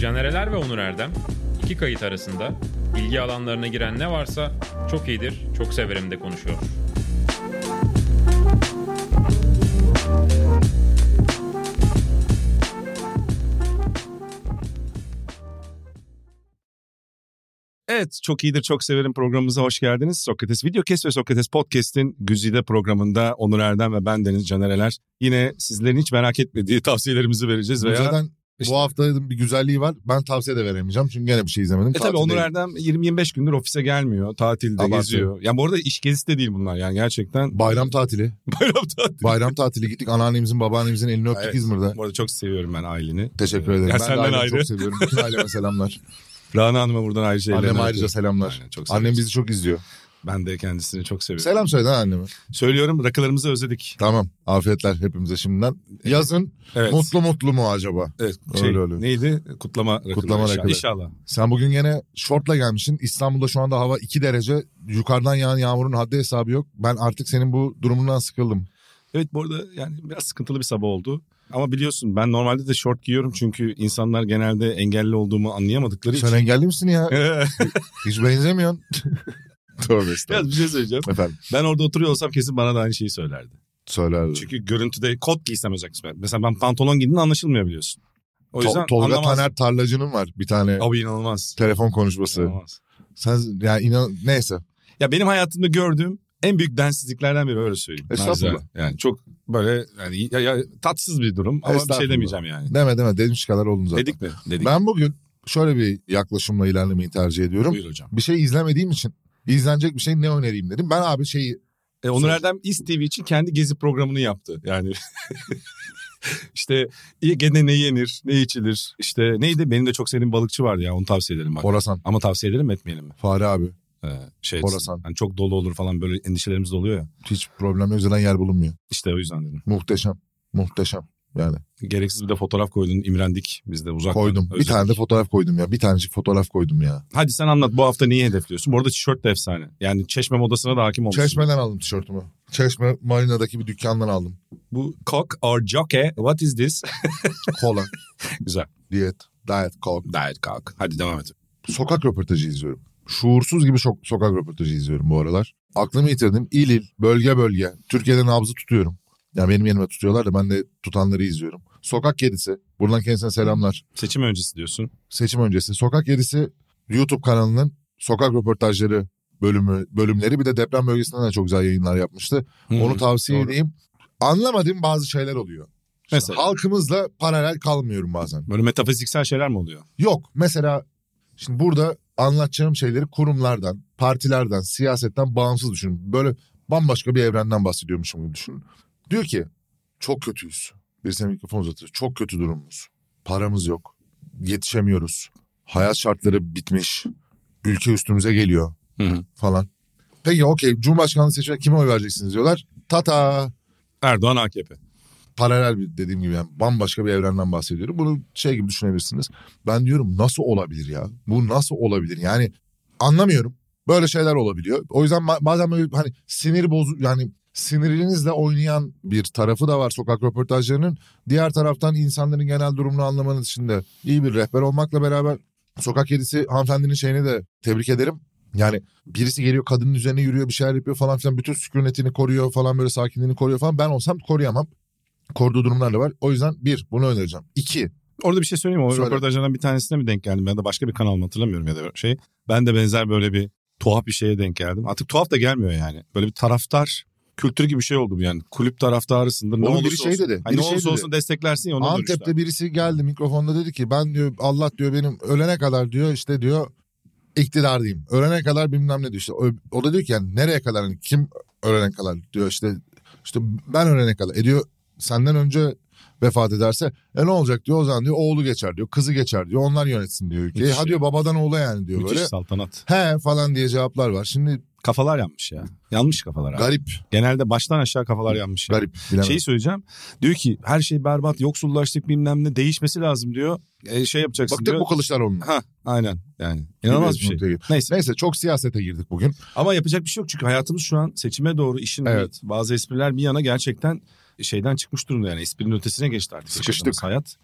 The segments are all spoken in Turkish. Caner Eler ve Onur Erdem iki kayıt arasında ilgi alanlarına giren ne varsa çok iyidir, çok severim de konuşuyor. Evet çok iyidir çok severim programımıza hoş geldiniz. Sokrates Videokes ve Sokrates Podcast'in Güzide programında Onur Erdem ve ben Deniz Caner Eler. Yine sizlerin hiç merak etmediği tavsiyelerimizi vereceğiz veya... Zaten işte- bu hafta bir güzelliği var. Ben tavsiye de veremeyeceğim çünkü gene bir şey izlemedim. E tabii Tavsiye Onur değil. Erdem 20-25 gündür ofise gelmiyor. Tatilde Abartı. geziyor. Yani bu arada iş gezisi de değil bunlar yani gerçekten. Bayram tatili. Bayram tatili. Bayram tatili gittik anneannemizin babaannemizin elini öptük Evet. İzmir'de. Bu arada çok seviyorum ben aileni. Teşekkür ederim. Ya ben senden de ailemi ayrı. çok seviyorum. Bütün aileme selamlar. Rana Hanım'a buradan ayrıca Anneme ellerini ayrıca öpüyorum. selamlar. Aynen, Ee, çok Annem seviyorum. bizi çok izliyor. Ben de kendisini çok seviyorum. Selam söyle lan anneme. Söylüyorum rakılarımızı özledik. Tamam. Afiyetler hepimize şimdiden. Yazın Evet. mutlu mutlu mu acaba? Evet, şey, Öyle, öyle. Neydi? Kutlama rakıları. Kutlama inşallah. rakıları. İnşallah. Sen bugün gene şortla gelmişsin. İstanbul'da şu anda hava 2 derece. Yukarıdan yağan yağmurun haddi hesabı yok. Ben artık senin bu durumundan sıkıldım. Evet bu arada yani biraz sıkıntılı bir sabah oldu. Ama biliyorsun ben normalde de şort giyiyorum çünkü insanlar genelde engelli olduğumu anlayamadıkları için. Sen engelli misin ya? Evet, Hiç benzemiyorsun. Tövbe estağfurullah. bir şey söyleyeceğim. Efendim Ben orada oturuyor olsam kesin bana da aynı şeyi söylerdi. söylerdi. Çünkü görüntüde kot giysem özellikle. Mesela ben pantolon giydiğimde anlaşılmıyor biliyorsun. O To- yüzden Tolga anlamaz. Taner Tarlacı'nın var bir tane Abi inanılmaz. telefon konuşması. İnanılmaz. Sen yani inan neyse. Ya benim hayatımda gördüğüm en büyük densizliklerden biri öyle söyleyeyim. Estağfurullah. Naçizane. Yani çok böyle yani ya- ya tatsız bir durum ama bir şey Estağfurullah. demeyeceğim yani. Deme deme demiş kadar oldun zaten. Dedik mi? Dedik. Ben bugün şöyle bir yaklaşımla ilerlemeyi tercih ediyorum. Buyur hocam. Bir şey izlemediğim için izlenecek bir şey ne önereyim dedim. Ben abi şeyi E, Onur Erdem İSTV için kendi gezi programını yaptı. Yani işte iyi- gene ne yenir, ne içilir. İşte neydi? Benim de çok sevdiğim balıkçı vardı ya onu tavsiye edelim bak. Horasan. Ama tavsiye edelim mi etmeyelim mi? Fare abi. Ee, şey Horasan. Yani çok dolu olur falan böyle endişelerimiz de oluyor ya. Hiç problem yok. Zaten yer bulunmuyor. İşte o yüzden dedim. Muhteşem. Muhteşem. Yani Gereksiz bir de fotoğraf koydun imrendik biz de uzak. koydum. Bir tane de fotoğraf koydum ya. Bir tanecik fotoğraf koydum ya. Hadi sen anlat bu hafta neyi hedefliyorsun? Bu arada tişört de efsane. Yani çeşme modasına da hakim olmuşsun. Çeşmeden aldım tişörtümü. Çeşme Marina'daki bir dükkandan aldım. Bu cock or jockey what is this? Kola, Güzel. diyet, diet, coke. Diet kalk. Hadi devam et. Sokak röportajı izliyorum. Şuursuz gibi şok- sokak röportajı izliyorum bu aralar. Aklımı yitirdim. İl il, bölge bölge. Türkiye'de nabzı tutuyorum. Yani benim yerime tutuyorlar da ben de tutanları izliyorum. Sokak kedisi. Buradan kendisine selamlar. Seçim öncesi diyorsun. seçim öncesi Sokak Yerisi YouTube kanalının sokak röportajları bölümü bölümleri bir de deprem bölgesinden de çok güzel yayınlar yapmıştı. Hmm. Onu tavsiye doğru. edeyim. Anlamadığım bazı şeyler oluyor. İşte Mesela? halkımızla paralel kalmıyorum bazen. Böyle metafiziksel şeyler mi oluyor? Yok mesela şimdi burada anlatacağım şeyleri kurumlardan, partilerden, siyasetten bağımsız düşünün. Böyle bambaşka bir evrenden bahsediyormuşum gibi düşünün. Diyor ki çok kötüyüz. Birisine mikrofon uzatıyor. Çok kötü durumumuz. Paramız yok. Yetişemiyoruz. Hayat şartları bitmiş. Ülke üstümüze geliyor Hı hı. falan. Peki okey Cumhurbaşkanlığı seçimine kime oy vereceksiniz diyorlar. Tata Erdoğan AKP. paralel bir dediğim gibi yani bambaşka bir evrenden bahsediyorum. Bunu şey gibi düşünebilirsiniz. Ben diyorum nasıl olabilir ya? Bu nasıl olabilir? Yani anlamıyorum. Böyle şeyler olabiliyor. O yüzden ba- bazen böyle hani sinir bozu yani sinirinizle oynayan bir tarafı da var sokak röportajlarının. Diğer taraftan insanların genel durumunu anlamanız için de iyi bir rehber olmakla beraber sokak kedisi hanımefendinin şeyini de tebrik ederim. Yani birisi geliyor kadının üzerine yürüyor bir şeyler yapıyor falan filan bütün sükunetini koruyor falan böyle sakinliğini koruyor falan ben olsam koruyamam koruduğu durumlar da var. O yüzden bir bunu önereceğim. İki Orada bir şey söyleyeyim mi? O Söyle. röportajlardan bir tanesine mi denk geldim? Ya da başka bir kanal mı hatırlamıyorum ya da şey. Ben de benzer böyle bir tuhaf bir şeye denk geldim. Artık tuhaf da gelmiyor yani. Böyle bir taraftar kültürü gibi bir şey oldu bu yani. Kulüp taraftarısındır. Ne Oğlum olursa biri şey olsun. dedi, Hayır, biri ne şey olursa dedi. olsun desteklersin ya ona Antep'te dönüşler. birisi geldi mikrofonda dedi ki ben diyor Allah diyor benim ölene kadar diyor işte diyor iktidardayım. Ölene kadar bilmem ne diyor işte. O- O da diyor ki yani nereye kadar hani kim ölene kadar diyor işte işte ben ölene kadar. E diyor senden önce vefat ederse e ne olacak diyor o zaman diyor oğlu geçer diyor kızı geçer diyor onlar yönetsin diyor ülkeyi. Müthiş ha ya. diyor babadan oğula yani diyor Müthiş böyle. saltanat. He falan diye cevaplar var. Şimdi Kafalar yanmış ya. Yanmış kafalar abi. garip Genelde baştan aşağı kafalar yanmış. ya. garip bilemem. Şeyi söyleyeceğim. Diyor ki her şey berbat, yoksullaştık bilmem ne değişmesi lazım diyor. E, şey yapacaksın Baktık diyor. bu Kılıçdaroğlu'na. Ha, aynen yani. İnanılmaz bir şey. Biliyorsun, Neyse. Neyse çok siyasete girdik bugün. Ama yapacak bir şey yok çünkü hayatımız şu an seçime doğru işin hani Evet. bazı espriler bir yana gerçekten şeyden çıkmış durumda yani esprinin ötesine geçti artık. Sıkıştık. yaşadığımız Hayat.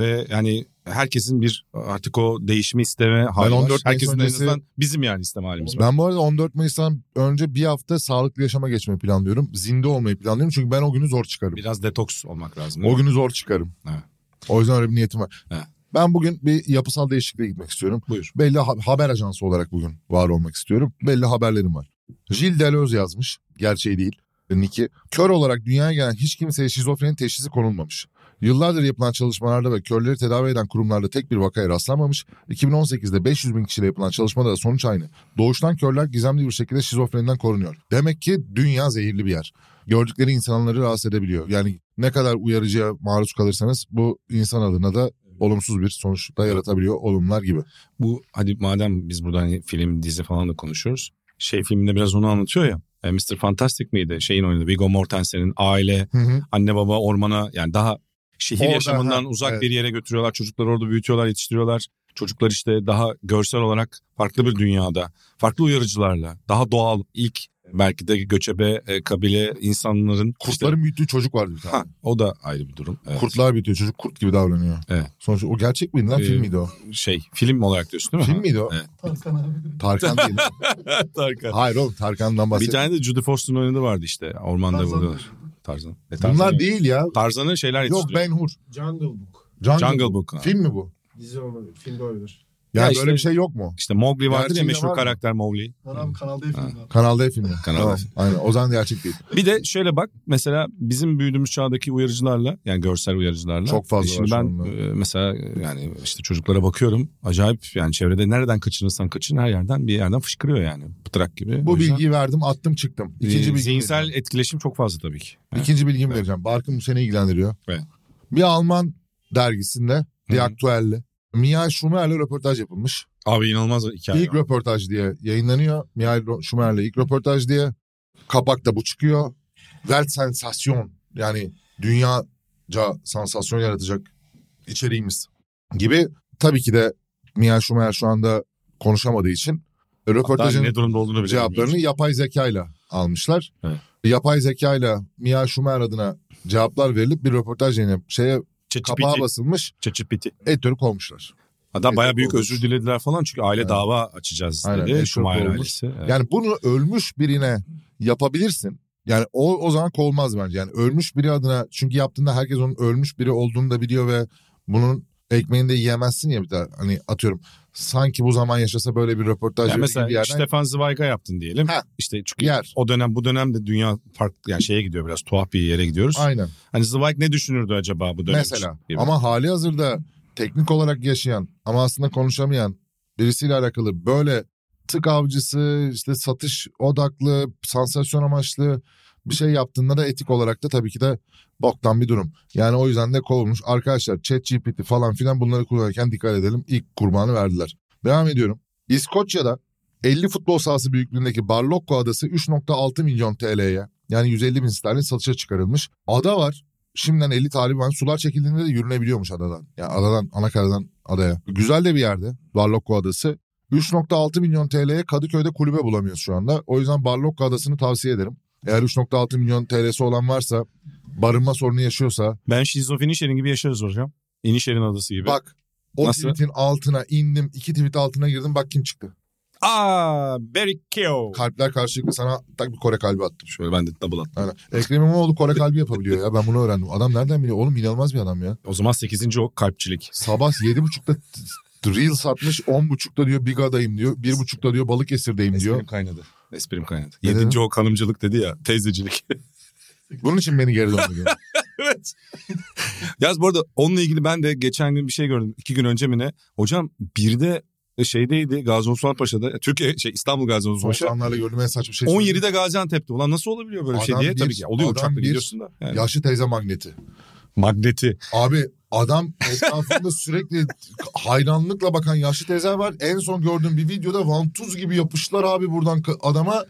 ve yani herkesin bir artık o değişimi isteme hali var. 14 Mayıs Herkesin en öncesi- azından bizim yani isteme halimiz var. Ben bu arada 14 Mayıs'tan önce bir hafta sağlıklı yaşama geçmeyi planlıyorum. Zinde olmayı planlıyorum çünkü ben o günü zor çıkarım. Biraz detoks olmak lazım. değil O mi? günü zor çıkarım. Evet. O yüzden öyle bir niyetim var. Evet. Ben bugün bir yapısal değişikliğe gitmek istiyorum. Buyur. Belli ha- haber ajansı olarak bugün var olmak istiyorum. Belli haberlerim var. Jill Deleuze yazmış. Gerçeği değil. Niki. Kör olarak dünyaya gelen hiç kimseye şizofreni teşhisi konulmamış. Yıllardır yapılan çalışmalarda ve körleri tedavi eden kurumlarda tek bir vakaya rastlanmamış. 2018'de 500 bin kişiyle yapılan çalışmada da sonuç aynı. Doğuştan körler gizemli bir şekilde şizofreniden korunuyor. Demek ki dünya zehirli bir yer. Gördükleri insanları rahatsız edebiliyor. Yani ne kadar uyarıcıya maruz kalırsanız bu insan adına da olumsuz bir sonuç da yaratabiliyor olumlar gibi. Bu hadi madem biz burada hani film, dizi falan da konuşuyoruz. Şey filminde biraz onu anlatıyor ya. E, Mr. Fantastic miydi? Şeyin oynadı. Viggo Mortensen'in aile Hı hı. anne baba ormana yani daha şehir Orada, yaşamından ha, uzak evet. bir yere götürüyorlar. Çocukları orada büyütüyorlar, yetiştiriyorlar. Çocuklar işte daha görsel olarak farklı bir dünyada, farklı uyarıcılarla, daha doğal ilk belki de göçebe e, kabile insanların Kurtların büyüttüğü çocuk vardı bir işte, ha, tane. o da ayrı bir durum. E, Evet. Kurtlar büyütüyor çocuk kurt gibi davranıyor. Evet. Sonuçta o gerçek miydi lan Ee, film miydi o? şey film olarak diyorsun değil mi? Film miydi o? Evet. Tarkan değil. Hayır oğlum Tarkan'dan bir bahsediyorum. tane de Judy Foster'ın oynadığı vardı işte. Ormanda Tarzan. vuruyorlar. Tarzan. E, Tarzan Bunlar yok. değil ya. Tarzan'ın şeyler Yok yetiştiriyor. Ben Hur. Jungle Book. Jungle, Jungle Book. ha. Film mi bu? Dizi olmadı. Filmde olabilir. Yani Ya böyle işte- bir şey yok mu? İşte Mowgli vardır ya Gerçeğinde meşhur var mı? karakter Mowgli. Lan abi kanalda film var. Kanal D filmi. Kanal D. Tamam. Aynen. O zaman gerçek değil. Bir de şöyle bak mesela bizim büyüdüğümüz çağdaki uyarıcılarla yani görsel uyarıcılarla. Çok fazla var Şimdi şu ben anda. e, mesela e, yani işte çocuklara bakıyorum acayip yani çevrede nereden kaçınırsan kaçın her yerden bir yerden fışkırıyor yani pıtrak gibi. O Bu yüzden, bilgiyi verdim attım çıktım. e, İkinci bilgi. zihinsel etkileşim çok fazla tabii ki. İkinci bilgimi vereceğim. Barkın bu seni ilgilendiriyor. Evet. Bir Alman dergisinde Die Hı hı. Aktuelle Mia Schumer'le röportaj yapılmış. Abi inanılmaz hikaye. ilk röportaj diye yayınlanıyor. Mia Schumer'le ilk röportaj diye. Kapakta bu çıkıyor. Welt sensasyon yani dünyaca sansasyon yaratacak içeriğimiz gibi. Tabii ki de Mia Schumer şu anda konuşamadığı için Hatta hani röportajın ne durumda olduğunu bile cevaplarını bilmiyoruz. yapay zekayla almışlar. Evet. Yapay zekayla Mia Schumer adına cevaplar verilip bir röportaj yayınlanıp şeye ChatGPT, kapağa basılmış ChatGPT. editörü kovmuşlar. Hatta baya Editör büyük olmuş. özür dilediler falan çünkü aile Evet. dava açacağız Aynen, dedi. editör Schumacher olmuş. ailesi. Evet. Yani bunu ölmüş birine yapabilirsin. Yani o o zaman kovulmaz bence. Yani ölmüş biri adına çünkü yaptığında herkes onun ölmüş biri olduğunu da biliyor ve bunun ekmeğini de yiyemezsin ya bir daha. Hani atıyorum sanki bu zaman yaşasa böyle bir röportaj Yani verir gibi bir mesela yerden Stefan Zweig'a yaptın diyelim. Ha. İşte çünkü yer. o dönem bu dönemde dünya farklı yani şeye gidiyor biraz tuhaf bir yere gidiyoruz. Aynen. Hani Zweig ne düşünürdü acaba bu dönem Mesela için? Gibi. ama hali hazırda teknik olarak yaşayan ama aslında konuşamayan birisiyle alakalı böyle tık avcısı işte satış odaklı sansasyon amaçlı bir şey yaptığında da etik olarak da tabii ki de boktan bir durum. Yani o yüzden de kovulmuş. Arkadaşlar ChatGPT falan filan bunları kullanırken dikkat edelim. İlk kurbanı verdiler. Devam ediyorum. İskoçya'da 50 futbol sahası büyüklüğündeki Barlocco adası 3.6 milyon TL'ye yani 150 bin sterlin satışa çıkarılmış. Ada var. Şimdiden 50 Taliban sular çekildiğinde de yürünebiliyormuş adadan. Yani adadan, anakaradan adaya. Güzel de bir yerde Barlokko Adası. 3.6 milyon TL'ye Kadıköy'de kulübe bulamıyoruz şu anda. O yüzden Barlokko Adası'nı tavsiye ederim. Eğer 3.6 milyon TL'si olan varsa, barınma sorunu yaşıyorsa Ben şizofreni şerin gibi yaşarız hocam. İnişehir'in adası gibi. bak o Nasıl? tweetin altına indim, iki tweet altına girdim bak kim çıktı. Aa Barry Keogh. Kalpler karşılıklı sana tak bir Kore kalbi attım. Şöyle ben de double attım. Aynen. Ekrem İmamoğlu Kore kalbi yapabiliyor ya ben bunu öğrendim. Adam nereden biliyor? Oğlum inanılmaz bir adam ya. O zaman 8. o kalpçilik. Sabah 7.30'da Reel satmış 10.30'da diyor Big Adayım diyor. 1.30'da diyor Balıkesir'deyim diyor. kaynadı. Esprim kaynadı. Ne dedin? 7. o hanımcılık dedi ya teyzecilik. Bunun için beni geri döndü. evet. Yaz bu arada onunla ilgili ben de geçen gün bir şey gördüm. iki gün önce mi ne? Hocam bir de şeydeydi Gazi Osman Paşa'da. Türkiye şey İstanbul Gazi Osman Paşa. Sonuçlarla gördüğüm en saçma şey. 17'de Gaziantep'te. Ulan nasıl olabiliyor böyle bir şey Adam diye. bir- Tabii ki oluyor adam uçakla bir- gidiyorsun da. Yani. Yaşlı teyze magneti. Magneti. Abi adam etrafında sürekli hayranlıkla bakan yaşlı teyze var. En son gördüğüm bir videoda vantuz gibi yapışlar abi buradan ka- adama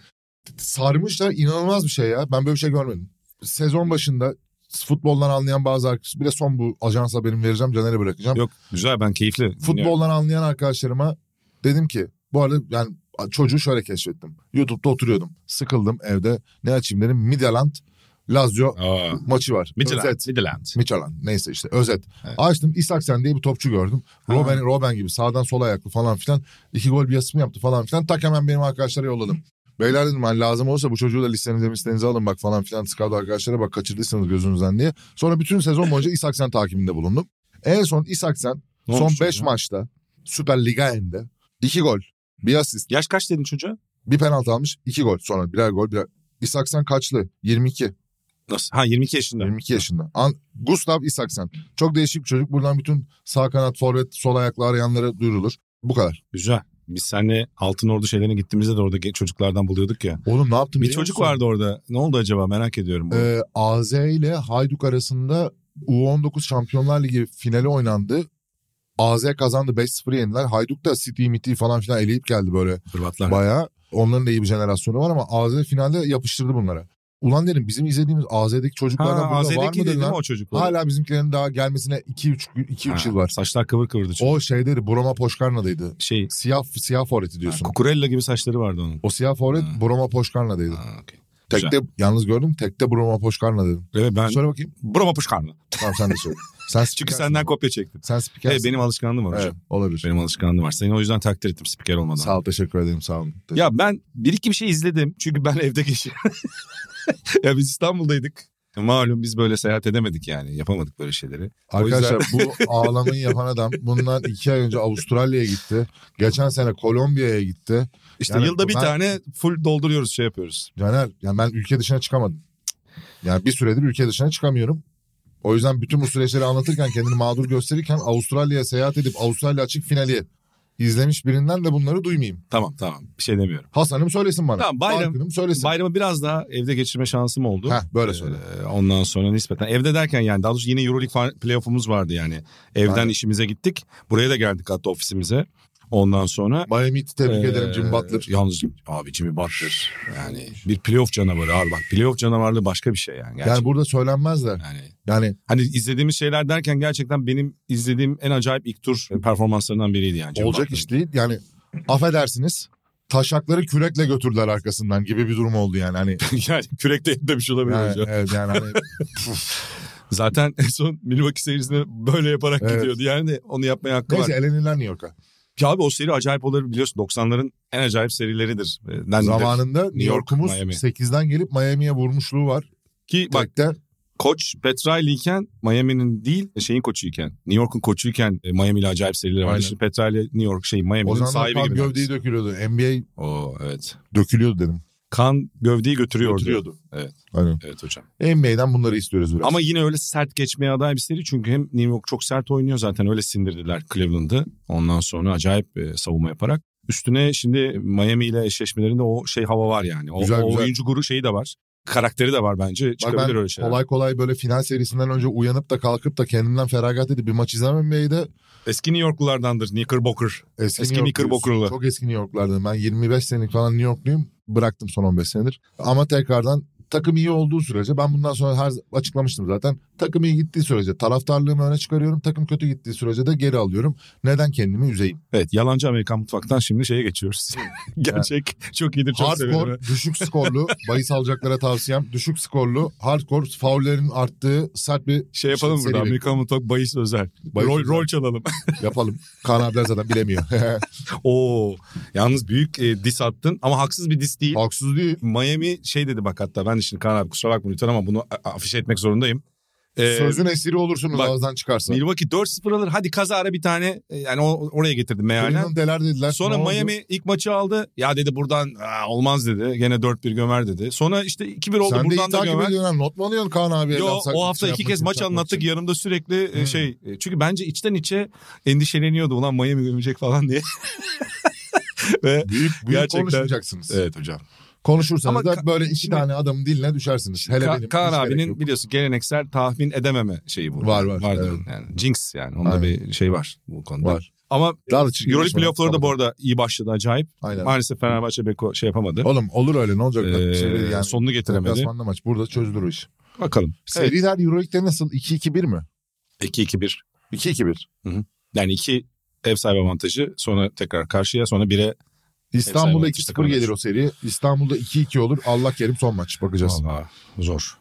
sarmışlar. İnanılmaz bir şey ya. Ben böyle bir şey görmedim. Sezon başında futboldan anlayan bazı arkadaşlar. Bir de son bu ajans haberimi vereceğim. Caner'e bırakacağım. Yok güzel ben keyifli. dinliyorum. futboldan anlayan arkadaşlarıma dedim ki bu arada yani çocuğu şöyle keşfettim. YouTube'da oturuyordum. Sıkıldım evde. Ne açayım dedim. Midland Lazio Aa. maçı var. Midland. Özet. Midland. Michalan neyse işte özet. Evet. Açtım İsaksen diye bir topçu gördüm. Ha. Robben, Robben gibi sağdan sola ayaklı falan filan. İki gol bir asım yaptı falan filan. Tak hemen benim arkadaşlara yolladım. Beyler dedim hani lazım olursa bu çocuğu da listenize listenize alın bak falan filan. Scout arkadaşlara bak kaçırdıysanız gözünüzden diye. Sonra bütün sezon boyunca İsaksen takibinde bulundum. En son İsaksen Ne son olmuş 5 çocuğa? maçta Süper Ligaen'de iki gol, bir asist, Yaş kaç dedin çocuğa? bir penaltı almış, iki gol. Sonra birer gol, birer... İsaksen kaçlı? 22. Nasıl? Ha 22 yaşında. 22 yaşında. An Gustav Isaksen. Çok değişik bir çocuk. Buradan bütün sağ kanat, forvet, sol ayaklı arayanlara duyurulur. Bu kadar. Güzel. Biz seninle Altın Ordu şeylerine gittiğimizde de orada ge- çocuklardan buluyorduk ya. Oğlum ne yaptın? Bir biliyor çocuk musun? vardı orada. Ne oldu acaba merak ediyorum. Ee, AZ ile Hayduk arasında U19 Şampiyonlar Ligi finali oynandı. AZ kazandı 5-0 yendiler. Hayduk da City, Miti falan filan eleyip geldi böyle Hırvatlar. bayağı. Onların da iyi bir jenerasyonu var ama AZ finalde yapıştırdı bunları. Ulan dedim bizim izlediğimiz AZ'deki ha, çocuklardan burada var AZ'deki mı değil dedim. mi o çocuklar? Hala bizimkilerin daha gelmesine 2-3 yıl var. Saçlar kıvır kıvırdı çünkü. O şeydeydi Broma Poşkarna'daydı. şey. Siyah siyah forveti diyorsun. Kukurella gibi saçları vardı onun. o siyah forvet Ha. Broma Poşkarna'daydı. Ha, okey. Güzel. Tekte yalnız gördüm tekte Broma Poşkarna dedim. Evet ben Söyle bakayım. Broma Puşkanlı. Tamam sen de söyle. Sen Çünkü spikersin. senden kopya çektim. sen Evet, spikersin. benim alışkanlığım var Evet, hocam. olabilir. Benim alışkanlığım var. Seni o yüzden takdir ettim spiker olmadan. Sağ ol teşekkür ederim sağ olun. Ya ben bir iki bir şey izledim. Çünkü ben evde geçiyorum. ya biz İstanbul'daydık. Malum biz böyle seyahat edemedik yani. Yapamadık böyle şeyleri. Arkadaşlar bu ağlamayı yapan adam bundan iki ay önce Avustralya'ya gitti. Geçen sene Kolombiya'ya gitti. İşte Yani yılda bir ben- tane full dolduruyoruz şey yapıyoruz. Caner yani ben ülke dışına çıkamadım. Yani bir süredir ülke dışına çıkamıyorum. O yüzden bütün bu süreçleri anlatırken kendini mağdur gösterirken Avustralya'ya seyahat edip Avustralya açık finali izlemiş birinden de bunları duymayayım. Tamam tamam bir şey demiyorum. Hasan'ım söylesin bana. Tamam, bayram- Barkın'ım söylesin. Bayramı biraz daha evde geçirme şansım oldu. Heh, böyle söyle. Ee, ondan sonra nispeten evde derken yani daha doğrusu yine Euroleague fa- playoff'umuz vardı yani. Evden Aynen. işimize gittik. Buraya da geldik hatta ofisimize. Ondan sonra Miami Heat'i tebrik Ee, ederim Jim Butler. Yalnız abi Jimmy Butler yani bir playoff canavarı abi bak playoff canavarlığı başka bir şey yani. Yani Gerçekten. burada söylenmez de. yani Yani hani izlediğimiz şeyler derken gerçekten benim izlediğim en acayip ilk tur performanslarından biriydi yani. Jimmy olacak Butler'ın. iş değil. Yani affedersiniz taşakları kürekle götürdüler arkasından gibi bir durum oldu yani. Hani, yani kürekte demiş olabilir yani, hocam. evet, yani hani Zaten en son Milwaukee serisine böyle yaparak Evet. gidiyordu. Yani de onu yapmaya hakkı neyse var. elenirler New York'a. Ya abi o seri acayip olur biliyorsun 90'ların en acayip serileridir. Ee, dendidir. Zamanında New York, York'umuz Miami. 8'den gelip Miami'ye vurmuşluğu var. Ki bak Bak de koç Petrali iken Miami'nin değil şeyin koçuyken New York'un koçuyken e, Miami ile acayip serileri vardı. Aynen. Şimdi Petrali New York şey o Miami'nin zaman sahibi kan gibi. gövdeyi dökülüyordu. NBA Oo, evet. dökülüyordu dedim. Kan gövdeyi götürüyordu. Götürüyordu. Evet. Aynen. Evet hocam. NBA'den bunları istiyoruz biraz. Ama yine öyle sert geçmeye aday bir seri çünkü hem New York çok sert oynuyor zaten öyle sindirdiler Cleveland'ı. Ondan sonra acayip e, savunma yaparak. Üstüne şimdi Miami ile eşleşmelerinde o şey hava var yani. O, Güzel, o güzel. oyuncu guru şeyi de var. Karakteri de var bence. Bak Çıkabilir ben öyle şeyler. kolay kolay böyle final serisinden önce uyanıp da kalkıp da kendimden feragat edip bir maç izlemem NBA'de Eski New Yorklulardandır Knickerbocker. eski, Eski New Knickerbocker'lı. Yorklu. Çok eski New York'lardım. Ben 25 senelik falan New York'luyum. Bıraktım son 15 senedir. Ama tekrardan takım iyi olduğu sürece ben bundan sonra her açıklamıştım zaten. Takım iyi gittiği sürece taraftarlığımı öne çıkarıyorum. Takım kötü gittiği sürece de geri alıyorum. Neden kendimi üzeyim? Evet yalancı Amerikan mutfaktan şimdi şeye geçiyoruz. Gerçek çok iyidir çok severim. Hardcore, düşük skorlu, bahis alacaklara tavsiyem. Düşük skorlu, hardcore, faullerin arttığı sert bir Şey yapalım Şey, burada seri Amerikan mutfak bahis özel. Bahis rol, özel. rol çalalım. yapalım. Kaan abiler zaten bilemiyor. Oo yalnız büyük e, dis attın ama haksız bir dis değil. Haksız değil. Miami şey dedi bak hatta ben de şimdi Kaan abi kusura bakma lütfen ama bunu a- afişe etmek zorundayım. Ee, Sözün esiri olursunuz bak, ağızdan çıkarsa. Milwaukee 4-0 alır hadi kazara bir tane e, yani o- oraya getirdim mealen. Cleveland deler dediler. Sonra Ne oldu? Miami ilk maçı aldı. Ya dedi buradan "Aa, olmaz dedi. Gene 4-1 gömer dedi. Sonra işte 2-1 oldu Sen de buradan iyi da takip gömer. ediyorsun. ha. Not mu alıyorsun Kaan abiye? Yo laf sak- o hafta şey iki yapmak kez için, maç yapmak anlattık. için? Yanımda sürekli e, Hmm. şey e, çünkü bence içten içe endişeleniyordu ulan Miami gömecek falan diye. Ve Büyük, büyük Gerçekten. konuşmayacaksınız. evet hocam. Konuşursanız Ama da Ka- böyle iki şimdi- tane adamın diline düşersiniz. Hele Ka- benim. Kaan hiç gerek abinin yok. biliyorsun geleneksel tahmin edememe şeyi bu. Var, var, Vardır evet. yani. Jinx yani onda Aynen. bir şey var bu konuda. Var. Ama Daha da çirkin Euroleague konuşmalar. playoff'ları da bu arada iyi başladı acayip. Aynen. Maalesef Fenerbahçe Beko şey yapamadı. Oğlum olur öyle ne olacak? Ee, Şey değil yani. sonunu getiremedi. Deplasmanda maç. Burada çözülür o iş. Bakalım. Evet. Seriler Euroleague'de nasıl? 2-2-1 mi? 2-2-1. 2-2-1. Yani iki ev sahibi avantajı sonra tekrar karşıya sonra 1'e İstanbul'da Efsane maç, 2-0 takımlar. gelir o seri. İstanbul'da 2-2 olur. Allah kerim son maç. Bakacağız. Vallahi zor.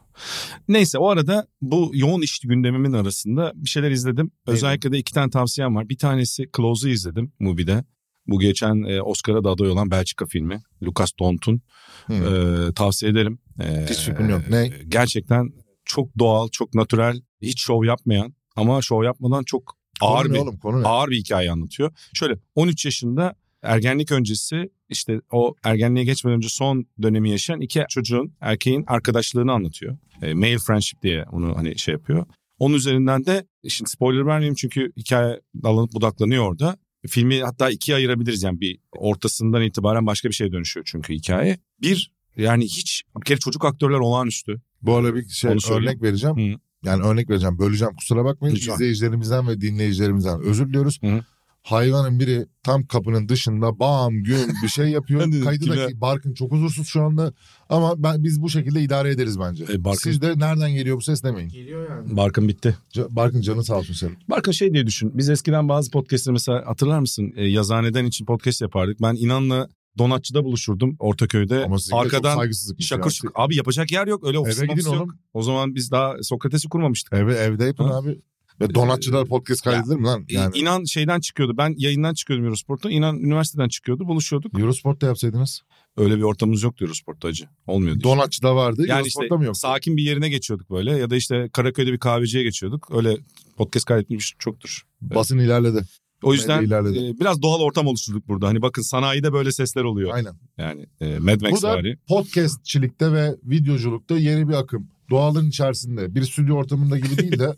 Neyse o arada bu yoğun iş gündemimin arasında bir şeyler izledim. Özellikle de iki tane tavsiyem var. Bir tanesi Close'u izledim Mubi'de. Bu geçen e, Oscar'a da aday olan Belçika filmi. Lucas Dont'un. Hı. E, tavsiye ederim. E, Hiç fikrim yok. Ne? Gerçekten çok doğal, çok natürel, hiç şov yapmayan ama şov yapmadan çok ağır Konu ne bir oğlum konu ne? ağır bir hikaye anlatıyor. Şöyle 13 yaşında ergenlik öncesi işte o ergenliğe geçmeden önce son dönemi yaşayan iki çocuğun erkeğin arkadaşlığını anlatıyor. E, male friendship diye onu hani şey yapıyor. Onun üzerinden de şimdi spoiler vermeyeyim çünkü hikaye dallanıp budaklanıyor orada. Filmi hatta ikiye ayırabiliriz yani bir ortasından itibaren başka bir şeye dönüşüyor çünkü hikaye. Bir yani hiç bir kere çocuk aktörler olağanüstü. Bu arada bir şey Onu söyleyeyim. örnek vereceğim. Hı. Yani örnek vereceğim. Böleceğim kusura bakmayın. Lütfen. İzleyicilerimizden ve dinleyicilerimizden özür diliyoruz. Hı. Hayvanın biri tam kapının dışında bam güm bir şey Ben yapıyor. de dedim, Kaydı da kime? ki Barkın çok huzursuz şu anda. Ama ben, biz bu şekilde idare ederiz bence. E, Barkın- Siz de nereden geliyor bu ses demeyin. Geliyor yani. Barkın bitti. Ca- Barkın canı sağ olsun senin. Barkın şey diye düşün. Biz eskiden bazı podcastleri mesela hatırlar mısın? E, yazaneden için podcast yapardık. Ben inanla donatçıda buluşurdum Ortaköy'de. Ama sizinki de çok Arkadan saygısızlıkmış şakır ya. şukur. Abi yapacak yer yok. Öyle ofis Eve gidin mofis yok. oğlum. O zaman biz daha Sokrates'i kurmamıştık. E, Eve, evde yapın Ha? Ee, abi. Ve donatçılar podcast kaydedilir mi lan? Yani İnan şeyden çıkıyordu. Ben yayından çıkıyordum Eurosport'ta. İnan üniversiteden çıkıyordu. Buluşuyorduk. Eurosport'ta yapsaydınız. Öyle bir ortamımız yoktu Eurosport'ta acı. Olmuyordu. işte. Donatçıda vardı. Yani işte Eurosport'ta mı yok? sakin bir yerine geçiyorduk böyle. Ya da işte Karaköy'de bir kahveciye geçiyorduk. Öyle podcast kaydetmiş çoktur. Basın ilerledi. O yüzden Medya ilerledi. e, biraz doğal ortam oluşturduk burada. Hani bakın sanayide böyle sesler oluyor. Aynen. Yani e, Mad Max Bu da vari. podcastçilikte ve videoculukta yeni bir akım. Doğalın içerisinde bir stüdyo ortamında gibi değil de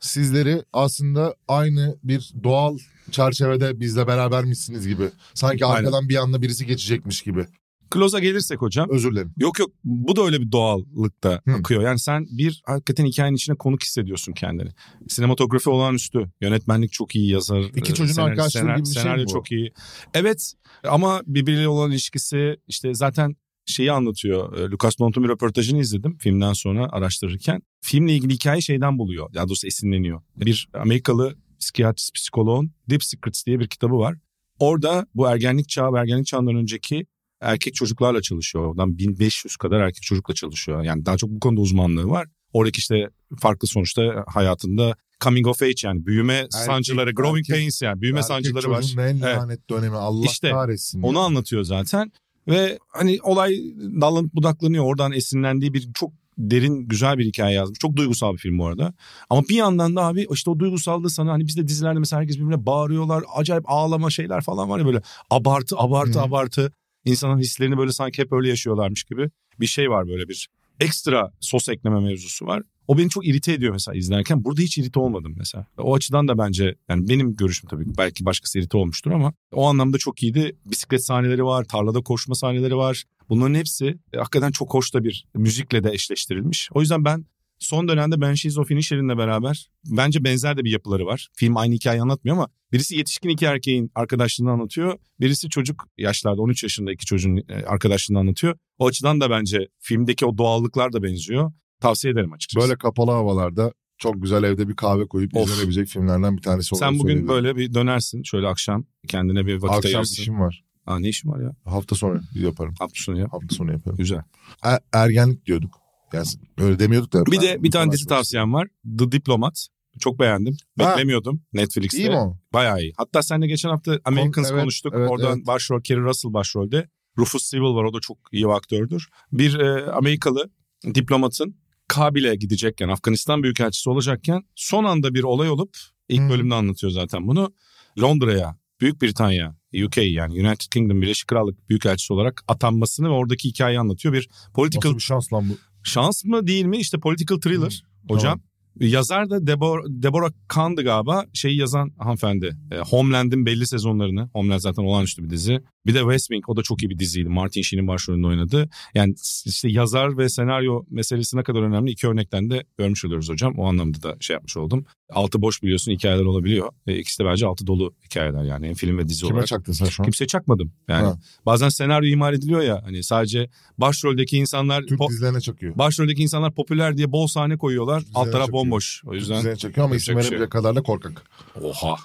sizleri aslında aynı bir doğal çerçevede bizle berabermişsiniz gibi. Sanki Aynen. arkadan bir anda birisi geçecekmiş gibi. Close'a gelirsek hocam. Özür dilerim. Yok yok bu da öyle bir doğallıkta Hı. akıyor. Yani sen bir hakikaten hikayenin içine konuk hissediyorsun kendini. Sinematografi olağanüstü. Yönetmenlik çok iyi yazar. İki e, çocuğun arkadaşlığı gibi bir şey mi Senaryo bu? çok iyi. Evet ama birbiriyle olan ilişkisi işte zaten şeyi anlatıyor. E, Lucas Nont'un bir röportajını izledim filmden sonra araştırırken. Filmle ilgili hikaye şeyden buluyor. Ya doğrusu esinleniyor. Bir Amerikalı psikiyatrist psikoloğun Deep Secrets diye bir kitabı var. Orada bu ergenlik çağı ve ergenlik çağından önceki erkek çocuklarla çalışıyor. Oradan 1500 kadar erkek çocukla çalışıyor. Yani daha çok bu konuda uzmanlığı var. Oradaki işte farklı sonuçta hayatında coming of age yani büyüme sancıları, growing erkek- pains yani büyüme sancıları Erkek var. çocuğun en Evet. lanet dönemi Allah İşte, kahretsin. Onu anlatıyor zaten. Ve hani olay dallanıp budaklanıyor. Oradan esinlendiği bir çok derin güzel bir hikaye yazmış. Çok duygusal bir film bu arada. Ama bir yandan da abi işte o duygusallığı sana hani bizde dizilerde mesela herkes birbirine bağırıyorlar. Acayip ağlama şeyler falan var ya böyle abartı abartı Hı. abartı. İnsanın hislerini böyle sanki hep öyle yaşıyorlarmış gibi bir şey var böyle bir ekstra sos ekleme mevzusu var. O beni çok irite ediyor mesela izlerken. Burada hiç irite olmadım mesela. O açıdan da bence yani benim görüşüm tabii ki belki başkası irite olmuştur ama o anlamda çok iyiydi. Bisiklet sahneleri var, tarlada koşma sahneleri var. Bunların hepsi e, hakikaten çok hoş da bir müzikle de eşleştirilmiş. O yüzden ben son dönemde Banshees of Inisherin'le beraber bence benzer de bir yapıları var. Film aynı hikayeyi anlatmıyor ama birisi yetişkin iki erkeğin arkadaşlığını anlatıyor. Birisi çocuk yaşlarda 13 yaşında iki çocuğun e, arkadaşlığını anlatıyor. O açıdan da bence filmdeki o doğallıklar da benziyor. Tavsiye ederim açıkçası. Böyle kapalı havalarda çok güzel evde bir kahve koyup Of. izlenebilecek filmlerden bir tanesi olduğunu Sen bugün söyleyebilirim. böyle bir dönersin şöyle akşam kendine bir vakit Akşam ayırırsın. işim var. Aa, ne işin var ya? Hafta sonu yaparım. Hafta sonu ya. Hafta sonu yaparım. Güzel. Er- ergenlik diyorduk. Yani öyle demiyorduk da. Bir Ben- de bir tane dizi konuşmak tavsiyem var. The Diplomat. Çok beğendim. Ha. Beklemiyordum istiyorum. Netflix'te. İyi mi o? Bayağı iyi. Hatta seninle geçen hafta Americans Kon- evet, konuştuk. evet, Oradan başrol Kerry Russell başrolde. Rufus Sewell var o da çok iyi bir aktördür. Bir e, Amerikalı diplomatın Kabil'e gidecekken Afganistan Büyükelçisi olacakken son anda bir olay olup ilk Hı. bölümde anlatıyor zaten bunu. Londra'ya, Büyük Britanya, UK yani United Kingdom Birleşik Krallık Büyükelçisi olarak atanmasını ve oradaki hikayeyi anlatıyor. Bir political Nasıl bir şans lan bu? şans mı değil mi işte political thriller Hmm, hocam. Tamam. Yazar da Deborah, Deborah Kahn'dı galiba şeyi yazan hanımefendi. E, Homeland'in belli sezonlarını. Homeland zaten olağanüstü bir dizi. Bir de West Wing o da çok iyi bir diziydi. Martin Sheen'in başrolünde oynadı. Yani s- işte yazar ve senaryo meselesi ne kadar önemli iki örnekten de görmüş oluyoruz hocam. O anlamda da şey yapmış oldum. Altı boş biliyorsun hikayeler olabiliyor. E, ikisi de bence altı dolu hikayeler yani. Hem film ve dizi Kime olarak. çaktın sen şu an? Kimseye çakmadım yani. Ha. Bazen senaryo imal ediliyor ya hani sadece başroldeki insanlar Türk po- dizilerine çakıyor. Başroldeki insanlar popüler diye bol sahne koyuyorlar. Güzel, Alt taraf çok bomboş. O Türk yüzden dizilerine çakıyor ama isim Yapacak bir şey verebilecek kadar da korkak. oha.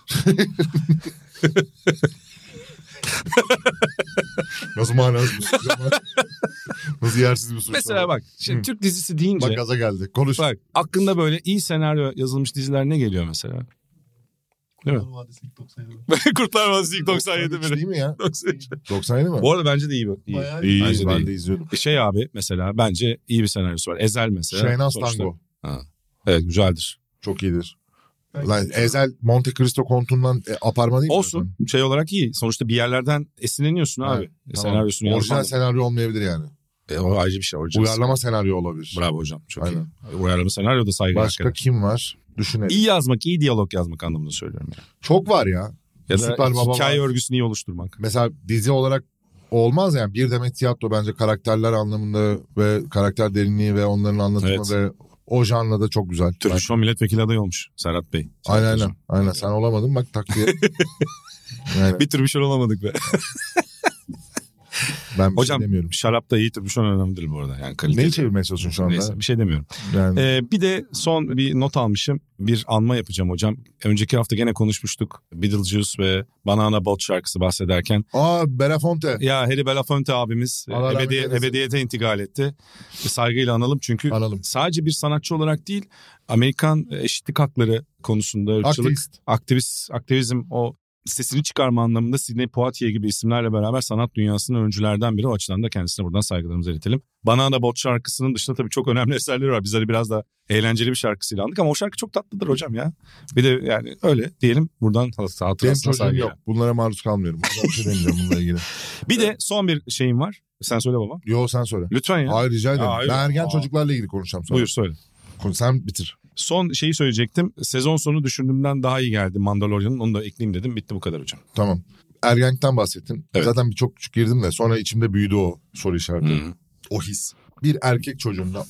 Nasıl manasız bir suç ama? Nasıl yersiz bir suç Mesela ama? bak şimdi Hı. Türk dizisi deyince Bak bak, gaza geldi. Konuş. aklında böyle iyi senaryo yazılmış diziler ne geliyor mesela? Değil mi? Kurtlar Vadisi ilk 97. Kurtlar Vadisi ilk 97 93 bölüm. Değil mi ya? 93. 97 mi? Bu arada bence de iyi. bir- iyi. Bayağı iyi. iyi. Bence Bence de ben iyi. de izliyordum. Şey abi mesela bence iyi bir senaryosu var. Ezel mesela. Şehnaz Sonuçta- Tango. Evet güzeldir. Çok iyidir. Ben- Lan Ezel Monte Cristo kontundan e, aparma değil mi? zaten? Olsun şey olarak iyi. Sonuçta bir yerlerden esinleniyorsun Ha, abi. Tamam. E, Senaryosunu Orijinal yazman. senaryo olmayabilir yani. E, o ayrı bir şey. Orijinal. Uyarlama senaryo olabilir. Bravo hocam. Çok Aynen. iyi. Uyarlama senaryoda saygı. Başka hakikaten. kim var? Düşünelim. İyi yazmak, iyi diyalog yazmak anlamında söylüyorum. Yani. Çok var ya. Ya da Süper Baba hikaye var. örgüsünü iyi oluşturmak. Mesela dizi olarak olmaz yani. Bir demet tiyatro bence karakterler anlamında ve karakter derinliği ve onların anlatımı Evet. ve o janrada da çok güzel. Türk şu an milletvekili adayı olmuş Serhat Bey. Serhat Aynen Hocam. aynen. Aynen sen olamadın bak takviye. yani Bir tür bir şey olamadık be. ben bir Hocam şey demiyorum. şarap da iyi tür bir şey önemli değil bu arada. Yani kaliteli. Neyi çevirmeye çalışıyorsun şu anda? Neyse bir şey demiyorum. Yani Ee, bir de son bir not almışım. Bir anma yapacağım hocam. Önceki hafta gene konuşmuştuk. Beetlejuice ve Banana Boat şarkısı bahsederken. Aa Belafonte. Ya Harry Belafonte abimiz e, Allah rahmet ebedi- eylesin. ebediyete intikal etti. E, Saygıyla analım çünkü Analım. sadece bir sanatçı olarak değil Amerikan eşitlik hakları konusunda ırkçılık, Aktivist. aktivist, aktivizm o sesini çıkarma anlamında Sidney Poitier gibi isimlerle beraber sanat dünyasının öncülerden biri. O açıdan da kendisine buradan saygılarımızı iletelim. Banana Boat şarkısının dışında tabii çok önemli eserleri var. Bizleri biraz da eğlenceli bir şarkısıyla andık ama o şarkı çok tatlıdır hocam ya. Bir de yani öyle diyelim buradan Benim hatırlasın çocuğum saygı. yok. Bunlara maruz kalmıyorum. O zaman Bir şey demeyeceğim bununla ilgili. Bir de son bir şeyim var. Sen söyle baba. Yo sen söyle. Lütfen ya. Hayır rica ederim. Ya, hayır. Ben ergen Aa. çocuklarla ilgili konuşacağım sonra. Buyur söyle. Kon- Sen bitir. Son şeyi söyleyecektim. Sezon sonu düşündüğümden daha iyi geldi Mandalorian'ın. Onu da ekleyeyim dedim. Bitti bu kadar hocam. Tamam. Ergenlikten bahsettin. Evet. Hmm. Zaten bir çok küçük girdim de sonra içimde büyüdü o soru işareti. O his. Bir erkek çocuğunda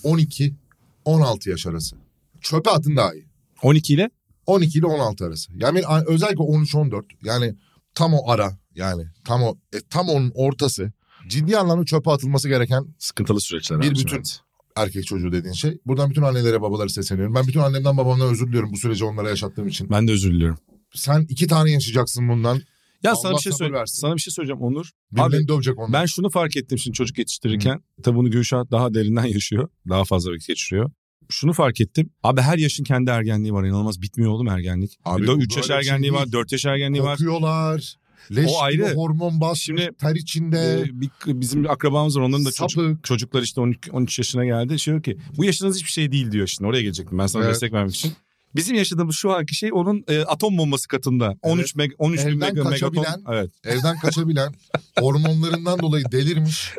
12-16 yaş arası. Çöpe atın daha iyi. 12 ile 12 ile 16 arası. Yani ben- özellikle 13-14 yani tam o ara yani tam o e, tam onun ortası ciddi anlamda çöpe atılması gereken sıkıntılı süreçler. Bir abicim, bütün- evet. erkek çocuğu dediğin şey. Buradan bütün annelere babalara sesleniyorum. Ben bütün annemden babamdan özür diliyorum bu süreci onlara yaşattığım için. Ben de özür diliyorum. Sen iki tane yaşayacaksın bundan. Ya Allah sana bir şey sabır söyle. versin. Sana bir şey söyleyeceğim Onur. Birbirini Abi, dövecek onlar. Ben şunu fark ettim şimdi çocuk yetiştirirken. Tabii bunu Gülşah daha derinden yaşıyor. Daha fazla vakit geçiriyor. Şunu fark ettim. Abi her yaşın kendi ergenliği var. İnanılmaz bitmiyor oğlum ergenlik. Abi Abi, bu 3 yaş böyle bir şey ergenliği var, değil. 4 yaş ergenliği var. Kokuyorlar. Leş O gibi ayrı. hormon basmış. Şimdi, ter içinde. Ee, bir- bizim bir akrabamız var onların da çocuk, sapık. çocuklar işte 12, 13 yaşına geldi. Şey diyor ki bu yaşınız hiçbir şey değil diyor şimdi oraya gelecektim ben sana Evet. destek vermek için. Bizim yaşadığımız şu anki şey onun e, atom bombası katında. 13 meg 13 bin Evden mega, megaton. kaçabilen- Evet. Evden kaçabilen. hormonlarından dolayı delirmiş.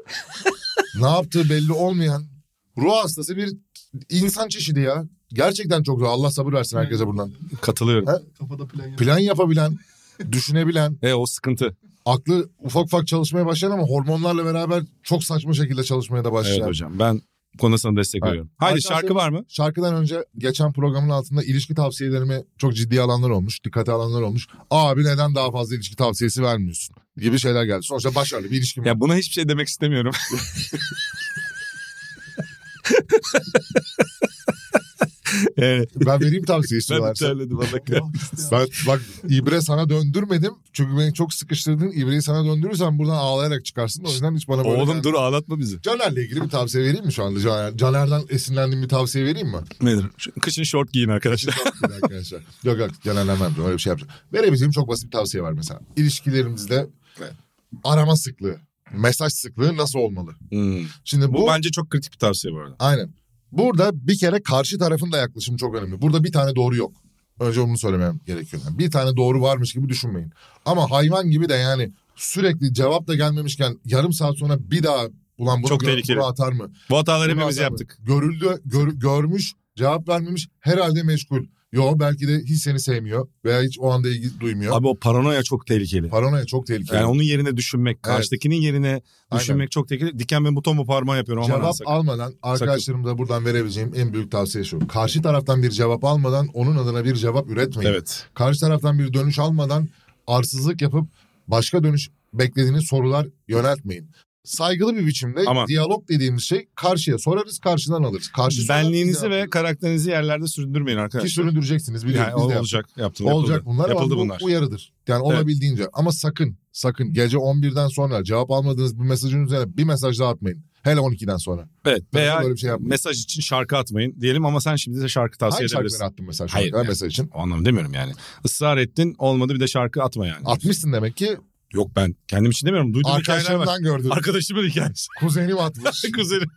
ne yaptığı belli olmayan. Ruh hastası bir insan çeşidi ya. Gerçekten çok zor. Allah sabır versin herkese buradan. Katılıyorum. Kafada plan yap. Plan yapabilen, düşünebilen, E o sıkıntı. aklı ufak ufak çalışmaya başlayan ama hormonlarla beraber çok saçma şekilde çalışmaya da Evet başlayan. hocam ben bu konuda sana destek Evet. veriyorum. Haydi Arkadaşlar- şarkı var mı? Şarkıdan önce geçen programın altında ilişki tavsiyelerimi çok ciddi alanlar olmuş, dikkate alanlar olmuş. Abi neden daha fazla ilişki tavsiyesi vermiyorsun gibi şeyler geldi. Sonuçta başarılı bir ilişkim var. Ya buna hiçbir şey demek istemiyorum. evet. Ben vereyim tavsiye Ben istiyorlarsa. terledim Allah kahretsin. Bak isteyen- Ben bak ibre sana döndürmedim. Çünkü beni çok sıkıştırdın. İbreyi sana döndürürsen buradan ağlayarak çıkarsın. O yüzden hiç bana böyle... Oğlum dur ağlatma bizi. Caner'le ilgili bir tavsiye vereyim mi şu anda? Caner, Caner'den esinlendiğim bir tavsiye vereyim mi? Nedir? Şu- Kışın şort giyin arkadaşlar. Bir arkadaşlar. Yok yok genelden vermiyorum öyle bir şey yapacağım. Verebileceğim çok basit bir tavsiye var mesela. İlişkilerimizde arama sıklığı, mesaj sıklığı nasıl olmalı? Hmm. Şimdi bu, Bu bence çok kritik bir tavsiye bu arada. aynen. Burada bir kere karşı tarafın da yaklaşımı çok önemli. Burada bir tane doğru yok. Önce onu söylemem gerekiyor. Yani bir tane doğru varmış gibi düşünmeyin. Ama hayvan gibi de yani sürekli cevap da gelmemişken yarım saat sonra bir daha ulan bunu, Çok gör- tehlikeli. bunu atar mı? Bu hataları Bunu hepimiz adam- yaptık. Görüldü, gör- görmüş, cevap vermemiş, herhalde meşgul. Yo belki de hiç seni sevmiyor veya hiç o anda ilgi duymuyor. Abi o paranoya çok tehlikeli. Paranoya çok tehlikeli. Yani onun yerine düşünmek, karşıdakinin yerine Aynen. düşünmek çok tehlikeli. Diken ve buton mu parmağı yapıyorum ama cevap almadan arkadaşlarımıza buradan verebileceğim en büyük tavsiye şu. Karşı taraftan bir cevap almadan onun adına bir cevap üretmeyin. Evet. Karşı taraftan bir dönüş almadan arsızlık yapıp başka dönüş beklediğiniz sorular yöneltmeyin. saygılı bir biçimde Ama- diyalog dediğimiz şey karşıya sorarız karşıdan alırız. Karşı sorar, Benliğinizi bize ve alırız. karakterinizi yerlerde süründürmeyin ki arkadaşlar. süründüreceksiniz biliyoruz. Yani biz de yaptık. olacak. Yaptım, Olacak yapıldı. bunlar Yapıldı ama bunlar. bu uyarıdır. Yani Evet. olabildiğince ama sakın sakın gece 11'den sonra cevap almadığınız bir mesajın üzerine bir mesaj daha atmayın. Hele 12'den sonra. Evet. Ben Veya böyle bir şey yapmayın. mesaj için şarkı atmayın diyelim ama sen şimdi de şarkı tavsiye Hangi edebilirsin. şarkıları attın mesela şu Hayır, an? Ben yani. mesaj için? O anlamı demiyorum yani. Israr ettin olmadı bir de şarkı atma yani. Atmışsın demek ki Yok ben kendim için demiyorum. Duyduğum hikayeler var. arkadaşlarımdan gördüm. Arkadaşımın hikayesi. Kuzenim atmış. Kuzenim.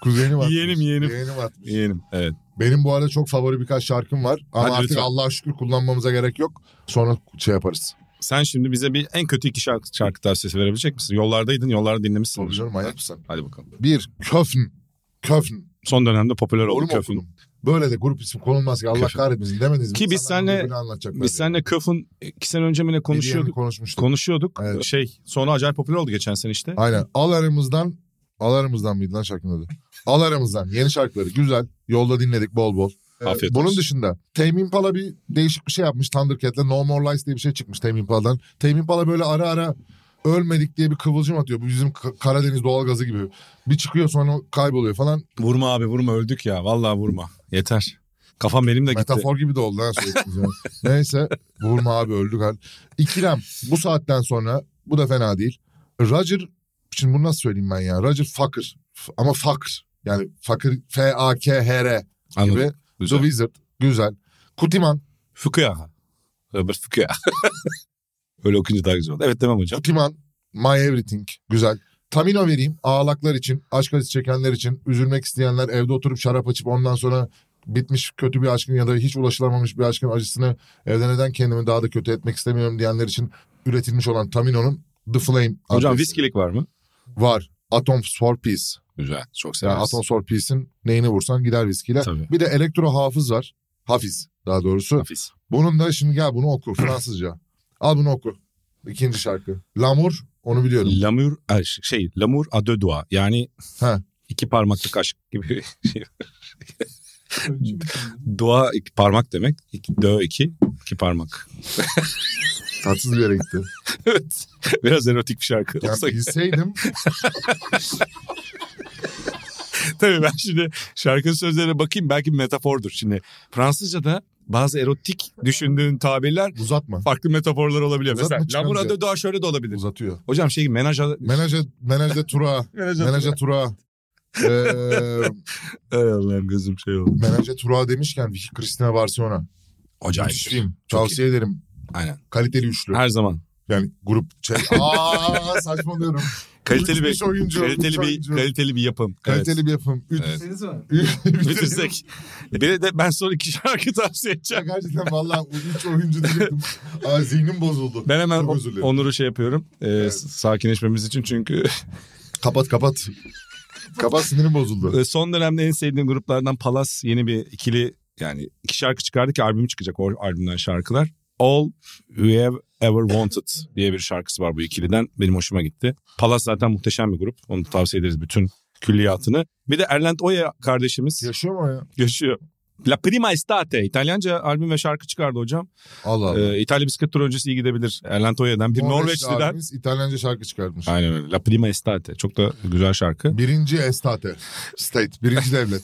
Kuzenim atmış. Yeğenim, yeğenim. Yeğenim atmış. Yeğenim. Evet. Benim bu arada çok favori birkaç şarkım var. Ama Hadi artık lütfen. Allah'a şükür kullanmamıza gerek yok. Sonra şey yaparız. Sen şimdi bize bir en kötü iki şarkı, şarkı tavsiyesi verebilecek misin? Yollardaydın, yollarda dinlemişsin. Tabii canım manyak mısın? Hadi bakalım. Bir, köfn. Köfn. Son dönemde popüler Doğru oldu mu Köfün. okudum? Böyle de grup ismi konulmaz ki Allah Köfün. kahretmesin demediniz mi? Ki biz İnsanlar seninle- birbirini anlatacaklar Biz yani. seninle Köfün iki sene önce mi ne Hediyemi konuşuyorduk? konuşmuştuk. Konuşuyorduk. Evet. Şey sonra acayip popüler oldu geçen sene işte. Aynen. Al aramızdan. Al aramızdan mıydı lan şarkının adı? Al aramızdan. Yeni şarkıları. Güzel. Yolda dinledik bol bol. Ee, Afiyet Bunun olsun. dışında Tame Impala bir değişik bir şey yapmış Thundercat'le. No More Lies diye bir şey çıkmış Tame Impala'dan. Tame Impala böyle ara ara ölmedik diye bir kıvılcım atıyor. Bu bizim K- Karadeniz doğalgazı gibi. Bir çıkıyor sonra kayboluyor falan. Vurma abi vurma öldük ya. Vallahi vurma. Yeter. Kafam benim de gitti. Metafor gibi de oldu. Ha, sürekli. Neyse. Vurma abi öldük. hal. İkilem bu saatten sonra bu da fena değil. Roger şimdi bunu nasıl söyleyeyim ben ya? Roger Fakir. F- Ama Fakir. Yani Fakir F-A-K-H-R Anladım. gibi. Güzel. The Wizard. Güzel. Kutiman. Fukuyaha. Robert Fukuyaha. Öyle okuyunca daha güzel oldu. Evet demem hocam. Kutiman. My Everything. Güzel. Tamino vereyim. Ağlaklar için, aşk acısı çekenler için, üzülmek isteyenler evde oturup şarap açıp ondan sonra bitmiş kötü bir aşkın ya da hiç ulaşılamamış bir aşkın acısını evde neden kendimi daha da kötü etmek istemiyorum diyenler için üretilmiş olan Tamino'nun The Flame. Hocam adresi. viskilik var mı? Var. Atoms for Peace. Güzel. Çok Yani severiz. Atoms for Peace'in neyini vursan gider viskiyle. Tabii. Bir de elektro hafız var. Hafiz daha doğrusu. Hafiz. Bunun da şimdi gel bunu oku Fransızca. Al bunu oku. İkinci şarkı. Lamur onu biliyorum. Lamur, ay, şey, lamur à deux doigts. Yani Ha. iki parmaklık aşk gibi. Dua iki parmak demek. İki, dö iki, iki parmak. Tatsız bir yere gitti. evet. Biraz erotik bir şarkı. Yani olsa- bilseydim Tabii ben şimdi şarkının sözlerine bakayım. Belki bir metafordur şimdi. Fransızca'da bazı erotik düşündüğün tabirler uzatma. farklı metaforlar olabiliyor. Uzatma Mesela lamur à çıkamayacak. deux doigts şöyle de olabilir. Uzatıyor. Hocam şey menaj Menajer, menajde tura. Menajer tura. Eee Ay Allah'ım gözüm şey oldu. Menajer tura demişken Vicky Cristina Barcelona. Acayip. Müthiş film. Tavsiye ederim. Aynen. Kaliteli üçlü. Her zaman. Yani grup. Şey, Aa saçmalıyorum. Kaliteli Üç bir oyuncu. kaliteli üç bir oyuncu. kaliteli bir yapım. Kaliteli Evet. bir yapım. Üç. Evet. Seniz var. bitirsek. Bir de ben son iki şarkı tavsiye edeceğim. Gerçekten vallahi üç oyuncu diyecektim. Aa, zihnim bozuldu. Ben hemen Çok özür dilerim. Onur'u şey yapıyorum. Ee, Sakinleşmemiz için çünkü Kapat kapat. kapat sinirim bozuldu. e, son dönemde en sevdiğim gruplardan Palas yeni bir ikili yani iki şarkı çıkardı ki albüm çıkacak o albümden şarkılar. All We Have Ever Wanted diye bir şarkısı var bu ikiliden. Benim hoşuma gitti. Palas zaten muhteşem bir grup. Onu tavsiye ederiz bütün külliyatını. Bir de Erlent Oya kardeşimiz. Yaşıyor mu o ya? Yaşıyor. La Prima Estate. İtalyanca albüm ve şarkı çıkardı hocam. Allah Allah. Ee, İtalya bisiklet turu öncesi iyi gidebilir. Erlen Toya'dan bir Norveçli'den. abimiz İtalyanca şarkı çıkarmış. Aynen öyle. La Prima Estate. Çok da güzel şarkı. Birinci estate. State. Birinci devlet.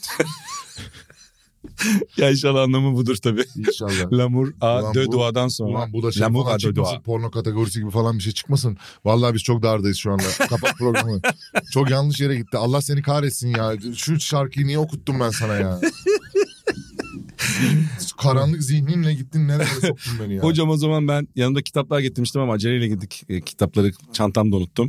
ya inşallah anlamı budur tabii. İnşallah. Lamur Ulan A bu- de Dua'dan sonra. Ulan bu da şey Lamur à falan deux çıkmasın, doigts. porno kategorisi gibi falan bir şey çıkmasın. Vallahi biz çok dardayız şu anda. Kapat programı. çok yanlış yere gitti. Allah seni kahretsin ya. Şu şarkıyı niye okuttum ben sana ya? Karanlık zihninle gittin nereye soktun beni ya? Hocam o zaman ben yanımda kitaplar getirmiştim ama aceleyle gittik. E, kitapları çantamda unuttum.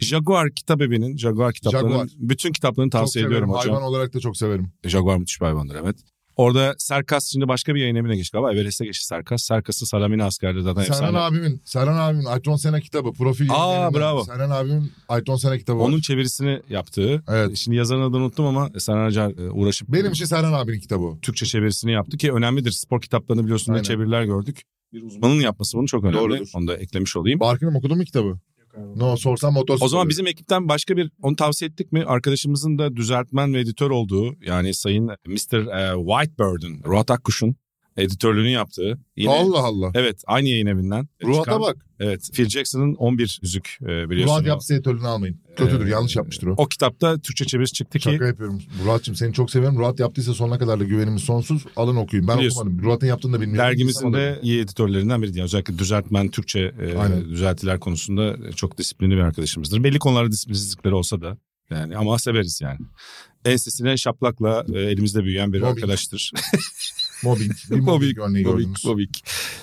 Jaguar kitap evinin, Jaguar kitaplarının, Jaguar. bütün kitaplarını Çok tavsiye ediyorum severim. hocam. Hayvan olarak da çok severim. Jaguar müthiş bir hayvandır evet. Orada Serkas şimdi başka bir yayın evine geçti galiba. Everest'e geçti Serkas. Serkas'ı Salamina askerde zaten Serhan efsane. abimin, Serhan abimin Ayton Sena kitabı. Profil Aa, yayınlarından bravo. Serhan abimin Ayton Sena kitabı var. Onun çevirisini yaptığı. Evet. Şimdi yazarın adını unuttum ama Serhan Acar e, uğraşıp Benim için Serhan abinin kitabı. o. Türkçe çevirisini yaptı ki önemlidir. Spor kitaplarını biliyorsun ne Aynen. çeviriler gördük. Bir uzmanın yapması bunu çok önemli. Doğrudur. Onu da eklemiş olayım. Barkın'ım okudun mu kitabı? No sorsam motor. O zaman bizim ekipten başka bir onu tavsiye ettik mi? Arkadaşımızın da düzeltmen ve editör olduğu yani Sayın Mr. e, Whitebird'ın, Rotak Kuş'un editörlüğünü yaptığı. Yine, Allah Allah. Evet aynı yayın evinden. Ruhat'a çıkan- bak. Evet Phil Jackson'ın 11 yüzük e, biliyorsun. Ruhat o. yapsa editörlüğünü almayın. Kötüdür Ee, yanlış yapmıştır o. O kitapta Türkçe çevirisi çıktı ki Şaka yapıyorum. Ruhat'cığım seni çok seviyorum. Ruhat yaptıysa sonuna kadar da güvenimiz sonsuz. Alın okuyun. Ben Biliyorsun. okumadım. Ruhat'ın yaptığını da bilmiyorum. dergimizin İnsan de iyi editörlerinden biri. Yani özellikle düzeltmen Türkçe e, Aynen. düzeltiler konusunda çok disiplinli bir arkadaşımızdır. Belli konularda disiplinsizlikleri olsa da yani ama severiz yani. Ensesine şaplakla e, elimizde büyüyen bir Mobbing. arkadaştır. Mobbing. Bir mobbing örneği gördünüz. mobbing.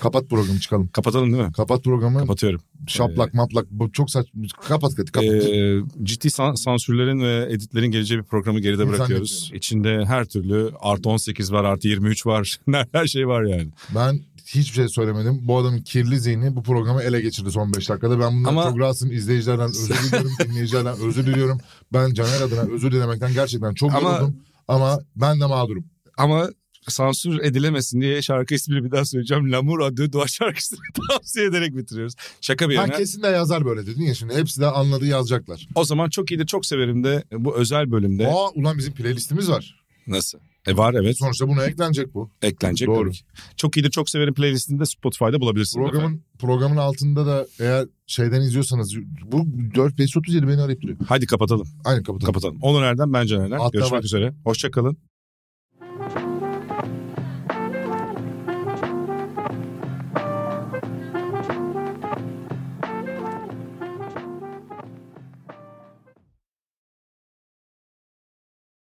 Kapat programı çıkalım. Kapatalım değil mi? Kapat programı. Kapatıyorum. Şaplak maplak. Bu çok saçma. Kapat kapat. kapat. Ee, ciddi san- sansürlerin ve editlerin geleceği bir programı geride Ben bırakıyoruz. zannetmiyorum. İçinde her türlü artı 18 var, artı 23 var. her şey var yani. Ben hiçbir şey söylemedim. Bu adamın kirli zihni bu programı ele geçirdi son 5 dakikada. Ben bundan Ama- çok rahatsızım. İzleyicilerden özür diliyorum. dinleyicilerden özür diliyorum. Ben Caner adına özür dilemekten gerçekten çok Ama- yoruldum. Ama ben de mağdurum. Ama sansür edilemesin diye şarkı ismini bir daha söyleyeceğim. Lamur adı dua şarkısını tavsiye ederek bitiriyoruz. Şaka bir yana. Ha kesin de yazar böyle dedin ya şimdi. Hepsi de anladı yazacaklar. O zaman çok iyidir, çok severim de bu özel bölümde. Aa ulan bizim playlistimiz var. Nasıl? E var evet. Sonuçta buna eklenecek bu. Eklenecek Doğru. tabii ki. Çok iyidir, çok severim playlistini de Spotify'da bulabilirsiniz. efendim. Programın programın altında da eğer şeyden izliyorsanız bu 4537 beni arayıp duruyor. Hadi kapatalım. Aynen kapatalım. Kapatalım. Onur Erdem, ben Caner Erler. Hatta Görüşmek bak- üzere. Hoşçakalın.